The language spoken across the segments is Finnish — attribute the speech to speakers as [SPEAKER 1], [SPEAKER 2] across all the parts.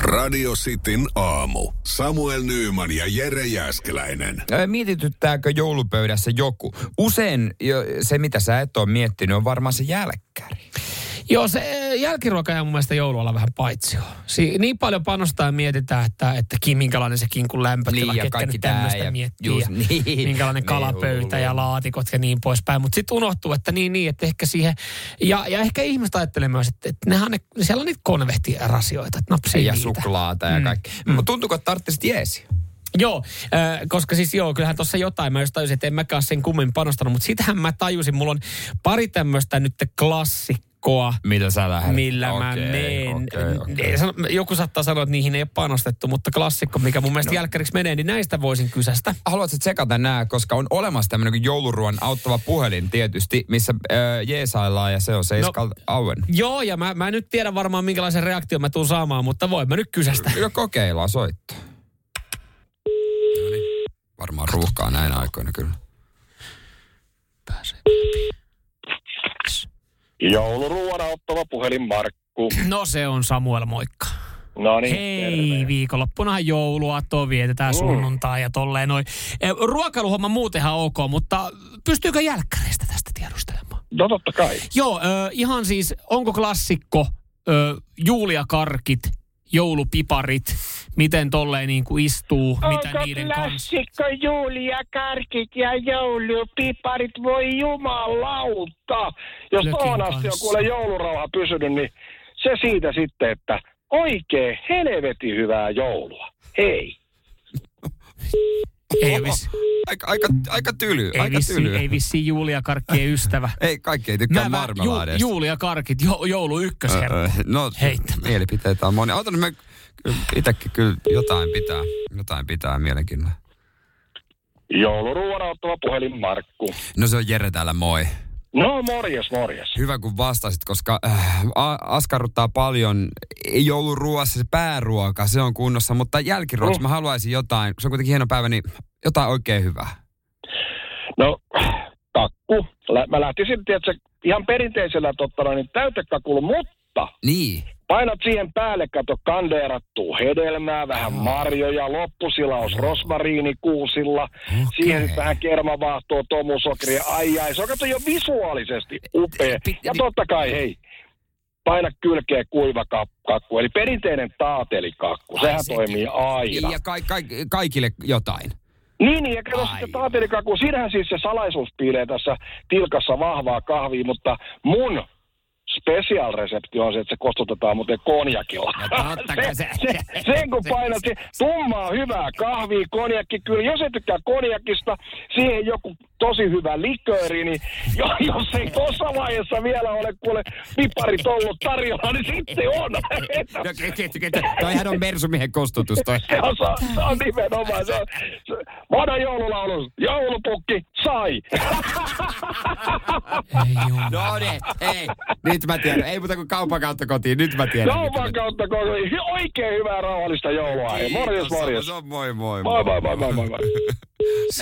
[SPEAKER 1] Radio Cityn aamu. Samuel Nyyman ja Jere Jäskeläinen.
[SPEAKER 2] Ö, Mietityttääkö joulupöydässä joku? Usein jo- se, mitä sä et ole miettinyt, on varmaan se jälkkäri.
[SPEAKER 3] Joo, se eh, jälkiruoka jää mun mielestä joulualla vähän paitsio. Si- niin paljon panostaa ja mietitään, että, että ki, minkälainen se kinkun lämpötila,
[SPEAKER 2] Niin, ja
[SPEAKER 3] ketkä
[SPEAKER 2] kaikki
[SPEAKER 3] nyt
[SPEAKER 2] tää
[SPEAKER 3] tämmöistä
[SPEAKER 2] ja
[SPEAKER 3] miettii.
[SPEAKER 2] just
[SPEAKER 3] ja
[SPEAKER 2] niin.
[SPEAKER 3] Minkälainen
[SPEAKER 2] Niin,
[SPEAKER 3] kalapöytä
[SPEAKER 2] hullu.
[SPEAKER 3] ja laatikot ja niin poispäin. Mutta sitten unohtuu, että niin, niin, että ehkä siihen... Ja, ja ehkä ihmiset ajattelee myös, että, että nehän on ne, siellä on niitä konvehtirasioita, että napsii
[SPEAKER 2] ja
[SPEAKER 3] niitä.
[SPEAKER 2] suklaata ja kaikki. Mm. Mutta tuntuuko, että tarttisit jeesi?
[SPEAKER 3] Joo, äh, koska siis joo, kyllähän tuossa jotain, mä just tajusin, että en mäkään ole sen kummin panostanut, mutta sitähän mä tajusin, mulla on pari tämmöistä nyt klassikkoa,
[SPEAKER 2] Millä sä lähdet?
[SPEAKER 3] millä okay, mä
[SPEAKER 2] Okei,
[SPEAKER 3] menen.
[SPEAKER 2] okei, okei.
[SPEAKER 3] Ne sano- Joku saattaa sanoa, että niihin ei ole panostettu, mutta klassikko, mikä mun mielestä no. jälkkäriksi menee, niin näistä voisin kysästä.
[SPEAKER 2] Haluatko tsekata nämä, koska on olemassa tämmöinen kuin jouluruoan auttava puhelin tietysti, missä öö, jeesaillaan ja se on Seiskal no. Auen.
[SPEAKER 3] Joo, ja mä, mä en nyt tiedä varmaan minkälaisen reaktion mä tuun saamaan, mutta voin mä nyt kysästä.
[SPEAKER 2] Jo kokeillaan soittaa. No niin. Varmaan ruuhkaa näin aikoina kyllä.
[SPEAKER 4] Jouluruuana ottava puhelin Markku.
[SPEAKER 3] No se on Samuel, moikka.
[SPEAKER 4] No niin,
[SPEAKER 3] Hei,
[SPEAKER 4] terve.
[SPEAKER 3] viikonloppunahan joulua, tuo vietetään sunnuntaa ja tolleen noin. Eh, Ruokailuhomma muutenhan ok, mutta pystyykö jälkkäreistä tästä tiedustelemaan?
[SPEAKER 4] No totta kai.
[SPEAKER 3] Joo, ö, ihan siis, onko klassikko ö, juuliakarkit, joulupiparit, miten tolleen niin kuin istuu, mitä
[SPEAKER 5] Onko
[SPEAKER 3] niiden kanssa?
[SPEAKER 5] klassikko Julia Karkit ja joulupiparit? Voi jumalauta! Jos
[SPEAKER 3] Lökin
[SPEAKER 5] tuohon asti on
[SPEAKER 3] kanssa.
[SPEAKER 5] kuule
[SPEAKER 4] Kuule joulurauha pysynyt, niin se siitä sitten, että oikein helvetin hyvää joulua. Hei.
[SPEAKER 3] Ei, vissi,
[SPEAKER 2] Aika, aika, aika tyly,
[SPEAKER 3] ei,
[SPEAKER 2] aika
[SPEAKER 3] vissi,
[SPEAKER 2] tyly.
[SPEAKER 3] ei vissiin juuliakarkkien ystävä.
[SPEAKER 2] Ei, kaikki ei tykkää
[SPEAKER 3] Mä- mä-
[SPEAKER 2] marmeladeista.
[SPEAKER 3] juuliakarkit, jo, joulu ykkösherra.
[SPEAKER 2] Öö, No,
[SPEAKER 3] Heittämään.
[SPEAKER 2] mielipiteitä on moni. Otan, me itsekin kyllä jotain pitää, jotain pitää mielenkiinnolla.
[SPEAKER 4] Jouluruuana ottava puhelin Markku.
[SPEAKER 2] No se on Jere täällä, moi.
[SPEAKER 4] No morjes, morjes.
[SPEAKER 2] Hyvä kun vastasit, koska äh, a- askarruttaa paljon. Ei jouluruoassa se pääruoka, se on kunnossa, mutta
[SPEAKER 4] Oh.
[SPEAKER 2] jälkiruoksi mä haluaisin jotain, kun se on kuitenkin hieno päivä, niin jotain oikein hyvää.
[SPEAKER 4] No, kakku. Lä- Mä lähtisin, tiedätkö, ihan perinteisellä totta noin, niin täytekakulla, mutta
[SPEAKER 2] Niin.
[SPEAKER 4] painat siihen päälle, kato kandeerattua hedelmää, vähän marjoja, loppusilaus rosmariinikuusilla,
[SPEAKER 2] Okei.
[SPEAKER 4] siihen nyt vähän kermavaahtoa, tomusokeria, ai ai, se on kato jo visuaalisesti upea.
[SPEAKER 2] Pit-
[SPEAKER 4] Ja
[SPEAKER 2] ni-
[SPEAKER 4] totta kai, hei, paina kylkeä kuiva kap- kakku, eli perinteinen taatelikakku, sehän
[SPEAKER 2] sekin.
[SPEAKER 4] toimii aina.
[SPEAKER 2] Niin, Ja ka- ka- kaikille jotain.
[SPEAKER 4] Niin, niin, ja kato
[SPEAKER 2] Ai.
[SPEAKER 4] sitten taatelikakku. Siinähän siis se salaisuus piilee tässä tilkassa vahvaa kahvia, mutta mun special resepti on se, että se kostutetaan muuten konjakilla.
[SPEAKER 2] No totta kai se-
[SPEAKER 4] sen kun painat, se, tummaa hyvää kahvia, konjakki kyllä. Jos et tykkää konjakista, siihen joku tosi hyvä likööri, niin jo, jos ei tuossa vaiheessa vielä ole kuule piparit ollut tarjolla, niin sitten on.
[SPEAKER 2] No, ke- ke- ke- ke- Toihan on mersumiehen kostutus toi.
[SPEAKER 4] Se on, se on, se on nimenomaan. Se on, se, vanha joululaulu. Joulupukki sai.
[SPEAKER 3] Ei juu.
[SPEAKER 2] No niin, hei. Nyt mä tiedän. Ei muuta kuin kaupan kautta kotiin. Nyt mä tiedän. mitä mä-
[SPEAKER 4] Kaupan kautta koko. Oikein hyvää rauhallista joulua. Hei, morjes,
[SPEAKER 2] Kiitos,
[SPEAKER 4] morjes.
[SPEAKER 2] Se on moi moi.
[SPEAKER 4] Moi, moi, moi, moi, moi. moi.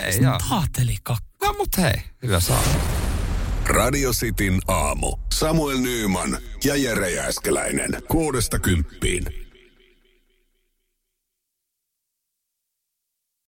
[SPEAKER 2] Ei, joo.
[SPEAKER 3] Taatelikakku.
[SPEAKER 2] No mut hei, hyvä saa.
[SPEAKER 1] Radio Cityn aamu. Samuel Nyyman ja Jere Jäskeläinen. Kuudesta kymppiin.